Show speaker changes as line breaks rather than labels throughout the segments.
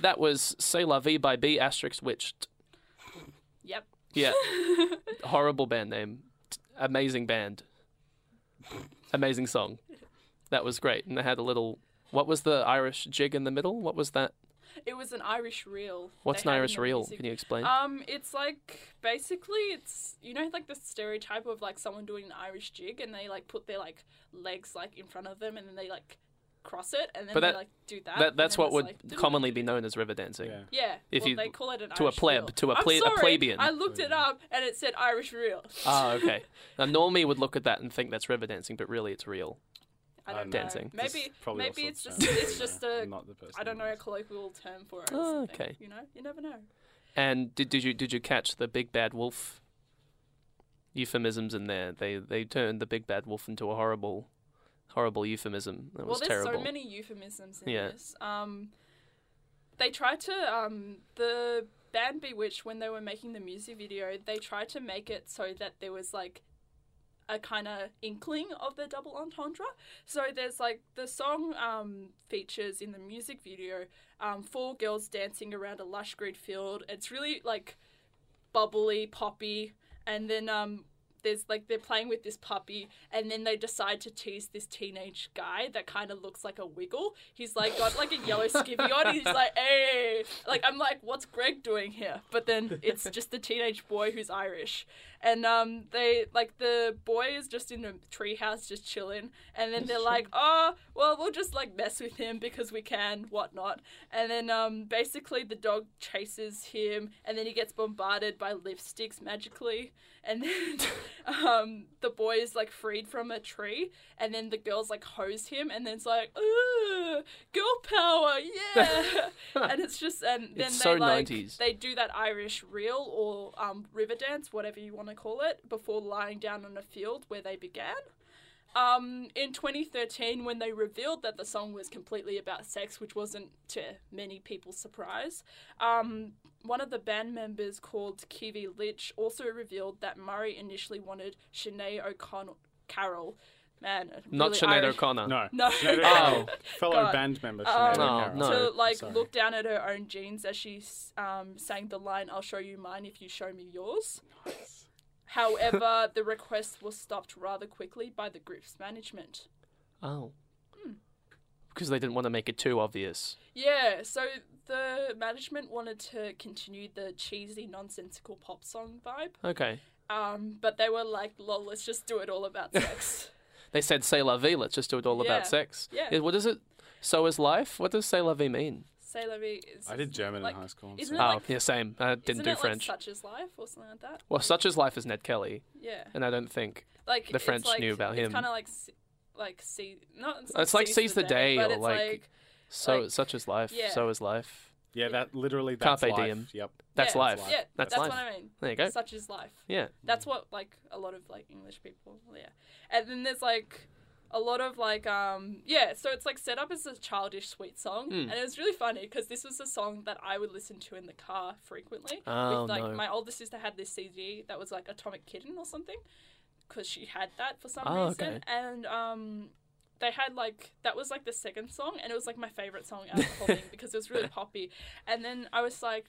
That was C'est La Vie by B Asterix Witched.
Yep.
Yeah. Horrible band name. T- Amazing band. Amazing song. That was great. And they had a little. What was the Irish jig in the middle? What was that?
It was an Irish reel.
What's
they
an
had in
Irish
the
reel?
music.
Can you explain?
Um, it's like basically it's you know like the stereotype of like someone doing an Irish jig and they like put their like legs like in front of them and then they like cross it and then
But that-
they like do that.
that,
and
that's
then
what
it's,
would
like, do it.
commonly be known as river dancing.
Yeah.
Yeah,
if
well,
you-
they call it an
to a
Irish
pleb-
reel.
to a
I'm
ple- a
sorry,
plebeian.
I looked it up and it said Irish reel.
Uh,
Ah, okay. now, normie would look at that and think that's river dancing, but really it's real.
I don't know.
Dancing.
There's
Maybe
probably all
maybe it's
sorts
just
of terms,
it's
yeah.
just a
I'm not the person
I don't
who
know a
knows.
colloquial term for it.
Oh,
Or something.
okay.
You know, you never know.
And did, did you did you catch the big bad wolf euphemisms in there? They they turned the big bad wolf into a horrible, horrible euphemism. That
well,
was
there's
terrible.
so many euphemisms in
Yeah.
this. Um, they tried to um, the band Bewitched when they were making the music video, they tried to make it so that there was like a kind of inkling of the double entendre. So there's like the song um, features in the music video um, four girls dancing around a lush green field. It's really like bubbly, poppy, and then um, there's like they're playing with this puppy, and then they decide to tease this teenage guy that kind of looks like a wiggle. He's like got like a yellow skivvy on. He's like, hey, like I'm like, what's Greg doing here? But then it's just the teenage boy who's Irish, and um, they like the boy is just in a treehouse just chilling, and then they're like, oh, well, we'll just like mess with him because we can, whatnot. And then um, basically the dog chases him, and then he gets bombarded by lipsticks magically. And then um, the boy is like freed from a tree, and then the girls like hose him, and then it's like, ooh, girl power, yeah. and it's just, and then
It's
they
so
like
90s.
they do that Irish reel or um, river dance, whatever you want to call it, before lying down on a field where they began. Um, in 2013, when they revealed that the song was completely about sex, which wasn't to many people's surprise, um, one of the band members called Kiwi Litch also revealed that Murray initially wanted Sinead O'Connell Carroll. Man, a
Not
really
Sinead
Irish-
O'Connor.
No.
No.
O'Connell,
Oh.
Fellow
God.
band member.
Um,
Sinead
No,
O'Carroll.
Oh, no.
to like
Sorry.
look down at her own jeans as she um, sang the line, "I'll show you mine if you show me yours." However, the request was stopped rather quickly by the group's management.
Oh.
Hmm.
Because they didn't want to make it too obvious.
Yeah, so the management wanted to continue the cheesy, nonsensical pop song vibe,
Okay.
um, but they were like, "Lol, let's just do it all about sex."
They said "C'est la vie." Let's just do it all
Yeah.
about sex.
Yeah.
Is- What is it? So is life. What does "C'est la vie" mean?
Say, let me. it's
I did
just
German
like-
in high school. I'm
isn't
sorry.
it-
oh,
like-
yeah, same. I
isn't
didn't do
it,
French.
Like, such is life, or something like that.
well, such is life is Ned Kelly,
Yeah.
and I don't think
like
the French
it's like,
knew about him.
It's kind of like se- like see not it's,
It's like
seize the day,
or
but it's
like-
like,
so.
like-
such is life.
yeah.
So is life.
yeah, that literally
Carpe
that's life.
diem.
Yep.
That's
yeah,
life.
Yeah,
That's
that's,
life.
what I mean.
There you go.
Such is life.
yeah.
That's what like a lot of like English people. Yeah, and then there's like a lot of like um yeah so it's like set up as a childish sweet song
Hmm.
and it was really funny because this was a song that i would listen to in the car frequently
Oh,
with like
no.
my older sister had this cd that was like atomic kitten or something because she had that for some
Oh,
reason
okay.
and um they had like that was like the second song and it was like my favorite song out of the whole thing because it was really poppy and then i was like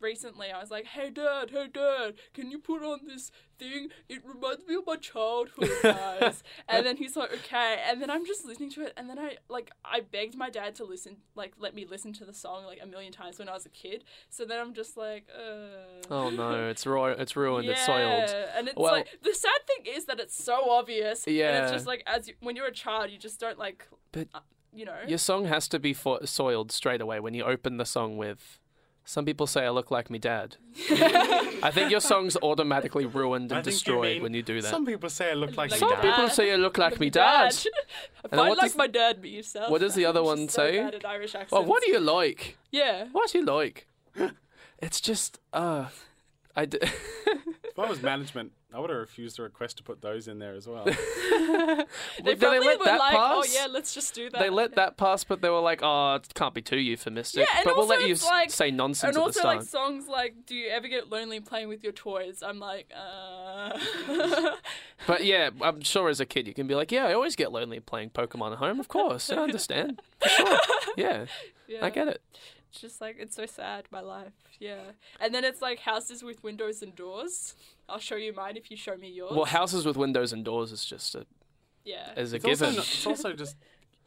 recently i was like hey dad hey dad can you put on this thing it reminds me of my childhood guys and then he's like okay and then i'm just listening to it and then i like i begged my dad to listen like let me listen to the song like a million times when i was a kid so then i'm just like uh
Oh no, it's ru- it's ruined. It's soiled.
Yeah, And it's
Well-
like the sad thing is that it's so obvious. And
Yeah.
it's just like as you, when you're a child, you just don't like.
But-
uh, you know.
Your song has to be fo- soiled straight away when you open the song with. Some people say I look like me dad. I think your song's automatically ruined
I
and
think you
destroyed
mean-
when you do that.
Some people say I look like
Like
your
Some
dad.
people say you look like me dad.
I
then
find
what
like
does-
my dad be yourself.
what does the other
She's
one
so
say?
Bad at Irish accents.
Oh, what do you like?
Yeah.
What do you like? it's just uh, I d-
If I was management, I would have refused the request to put those in there as well.
They
Did
probably
let
were
that
like,
pass?
oh yeah, let's just do that.
They let that pass, but they were like, "Oh, it can't be too euphemistic."
Yeah, and
but we'll
also
let you
it's
s-
like-
say nonsense
And
at the
also
start.
like songs like, do you ever get lonely playing with your toys? I'm like, uh.
But yeah, I'm sure as a kid you can be like, yeah, I always get lonely playing Pokemon at home. Of course, I understand. For sure. Yeah,
yeah.
I get it.
just like it's so sad, my life. Yeah. And then it's like houses with windows and doors. I'll show you mine if you show me yours.
Well, houses with windows and doors is just a,
yeah.
is a
It's also,
given.
not- it's also just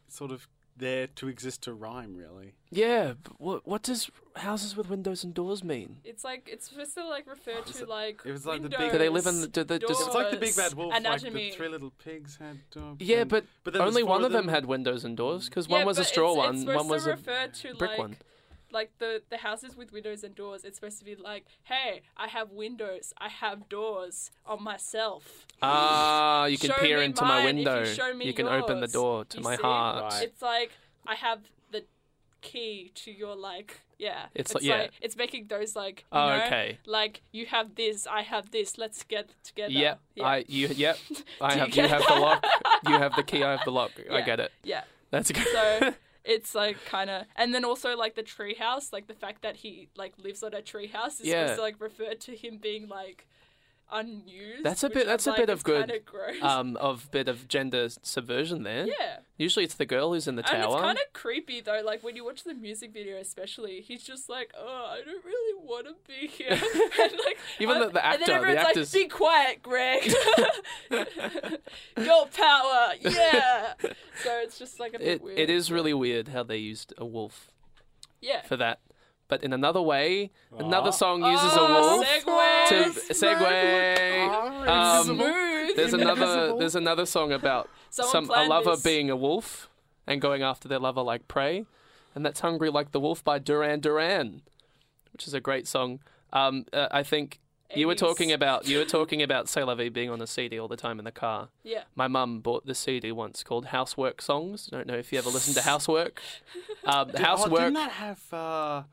sort of there to exist to rhyme, really.
Yeah, but what what does houses with windows and doors mean?
It's like it's supposed to like refer to
it-
like
it was like the big-
windows,
Do they live in? The, do they, does,
It's like the big
Doors,
bad wolf. Like
anatomy.
the three little pigs had. dogs
yeah,
and-
but,
but then there's
only
four
one of them,
them.
had windows and doors because
Yeah,
one was a
but
straw
it's,
one,
It's supposed
one was
to
a
refer to
brick
like
one.
like the the houses with windows and doors. It's supposed to be like, hey, I have windows, I have doors on myself.
Ah, you can
Show
peer
me
into my
mine if you
window.
show me
can open the
yours.
door to
You
my
see?
heart.
Right.
It's like I have the key to your like yeah.
It's like- yeah.
it's making those like you
Oh,
know,
okay.
Like you have this, I have this. Let's get together.
Yep,
Yeah.
I you yep. I
Do
have
you
you
get-
have the lock. You have the key. I have the lock. I
Yeah.
get it.
yeah.
That's good.
So it's like kind of, and then also like the treehouse, like the fact that he like lives on a treehouse is
Yeah.
supposed to like refer to him being like unused.
That's a
which
bit-
I'm
that's a
like,
bit of
it's
good,
Kinda gross.
um, of bit of gender subversion there.
yeah,
Usually it's the girl who's in the
and it's
tower.
kind of creepy though. Like when you watch the music video, especially, he's just like, "Oh, I don't really want to be here." and, like,
Even
I'm-
the- the
and
actor-
then
the
everyone's
actor's-
like, "Be quiet, Greg. Girl power, yeah." So it's just like a bit
it,
weird.
it is really weird how they used a wolf
yeah.
for that. But in another way, another
Ah.
song uses
Oh,
a wolf
segue.
to segue.
Ah,
Um,
Smooth.
There's another
Invisible.
there's another song about
Someone
some a
planned
lover
this.
being a wolf and going after their lover like prey, and that's "Hungry Like the Wolf" by Duran Duran, which is a great song. Um, uh, I think you were
80s.
talking about you were talking about "C'est la vie" being on a CD all the time in the car.
Yeah.
My mum bought the CD once called Housework Songs. I don't know if you ever listened to Housework. Um,
Did- Oh,
Housework.
didn't that have? Uh,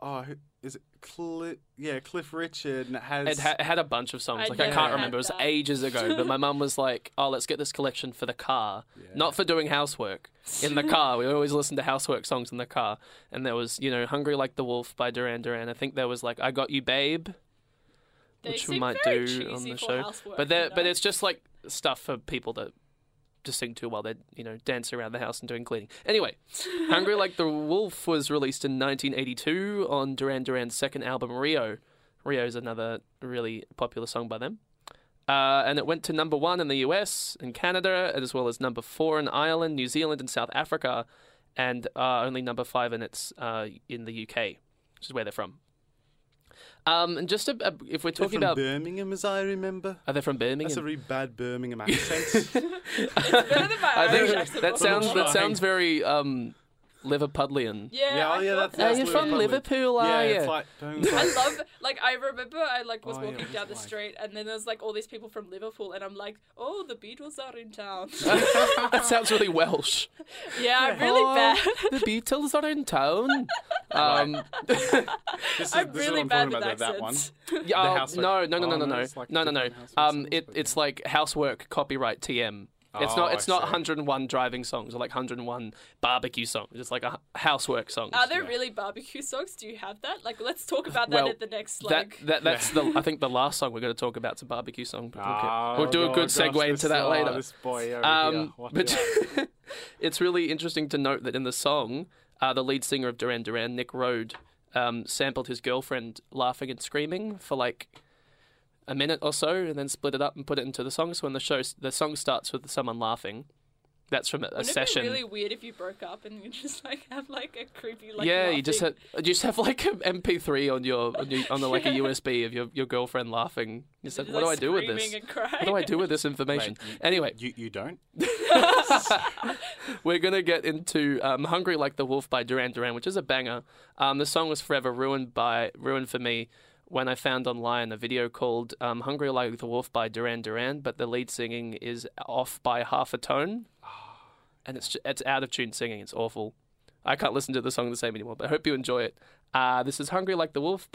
oh, who- is it Cliff? Yeah, Cliff Richard, and it has.
It, ha- it had a bunch of songs.
I
like I
never
can't
had
remember. It was
that.
ages ago. But my mum was like, "Oh, let's get this collection for the car, not for doing housework in the car." We always listened to housework songs in the car, and there was, you know, "Hungry Like the Wolf" by Duran Duran. I think there was like "I Got You, Babe,"
They
which we
seem
might
very
do on
cheesy
the
for
show.
housework,
but there,
you
but
know?
it's just like stuff for people to to sing to while they're you know dancing around the house and doing cleaning. Anyway, "Hungry Like the Wolf" was released in 1982 on Duran Duran's second album Rio. Rio is another really popular song by them. Uh, and it went to number one in the US and Canada, as well as number four in Ireland, New Zealand, and South Africa, and uh, only number five in its uh, in the UK, which is where they're from. Um, and just a, a, if we're
They're
talking
from
about,
Birmingham, as I remember.
are they from
That's a
Birmingham?
really bad Birmingham accent.
Better than my
I
Irish
think
accent,
that
but-
sounds that
Fine.
sounds very um, Liverpudlian.
Yeah.
Yeah, oh,
I
yeah,
thought
Are
that.
that's- that's
you
Liverpool
from
probably.
Liverpool?
yeah,
Are
it's
you?
like. Birmingham's
I
like-
love like I remember I like was
Oh, yeah,
walking
what
down the
was it like?
street and then there was like all these people from Liverpool and I'm like, oh, the Beatles are in town.
that sounds really Welsh.
yeah, I'm really
Oh,
bad.
The Beatles are in town. Um,
This is,
I'm
this is
really
what
bad
I'm
with
talking about, that one.
accents.
Yeah,
The
oh,
housework.
No, no, no, no,
Oh,
no,
no,
no,
it's like
no, no, no.
different housework
Um,
songs,
it,
but
it's like housework copyright TM. It's
Oh,
not.
I
It's not
see.
101 driving songs or like 101 barbecue songs. It's like a h- housework songs.
Are there
Yeah.
really barbecue songs? Do you have that? Like, let's talk about that
Well,
at the next
that,
like.
that uh, that's the. I think the last song we're going to talk about is a barbecue song. but we'll get-
Oh,
we'll do a
oh
good
gosh,
segue
this-
into that
oh,
later.
This boy over here.
Um,
What
but
the-
it's really interesting to note that in the song, uh, the lead singer of Duran Duran, Nick Rode, um, sampled his girlfriend laughing and screaming for like a minute or so, and then split it up and put it into the song. So when the show, the song starts with someone laughing. That's from a, a
Wouldn't
session.
it be really weird if you broke up and you just like have like a creepy like.
yeah, you just
laughing-
have, you just have like an MP3 on your on, your, on the, like a USB of your, your girlfriend laughing. You're just like,
just,
what do I
like,
do with
screaming
this?
and crying.
What do I do with this information?
Wait, you-
Anyway,
you, you don't?
We're going to get into um, "Hungry Like the Wolf" by Duran Duran, which is a banger. Um, the song was forever ruined by ruined for me when I found online a video called um, "Hungry Like the Wolf" by Duran Duran, but the lead singing is off by half a tone, and it's ju- it's out of tune singing. It's awful. I can't listen to the song the same anymore. But I hope you enjoy it. Uh, this is "Hungry Like the Wolf"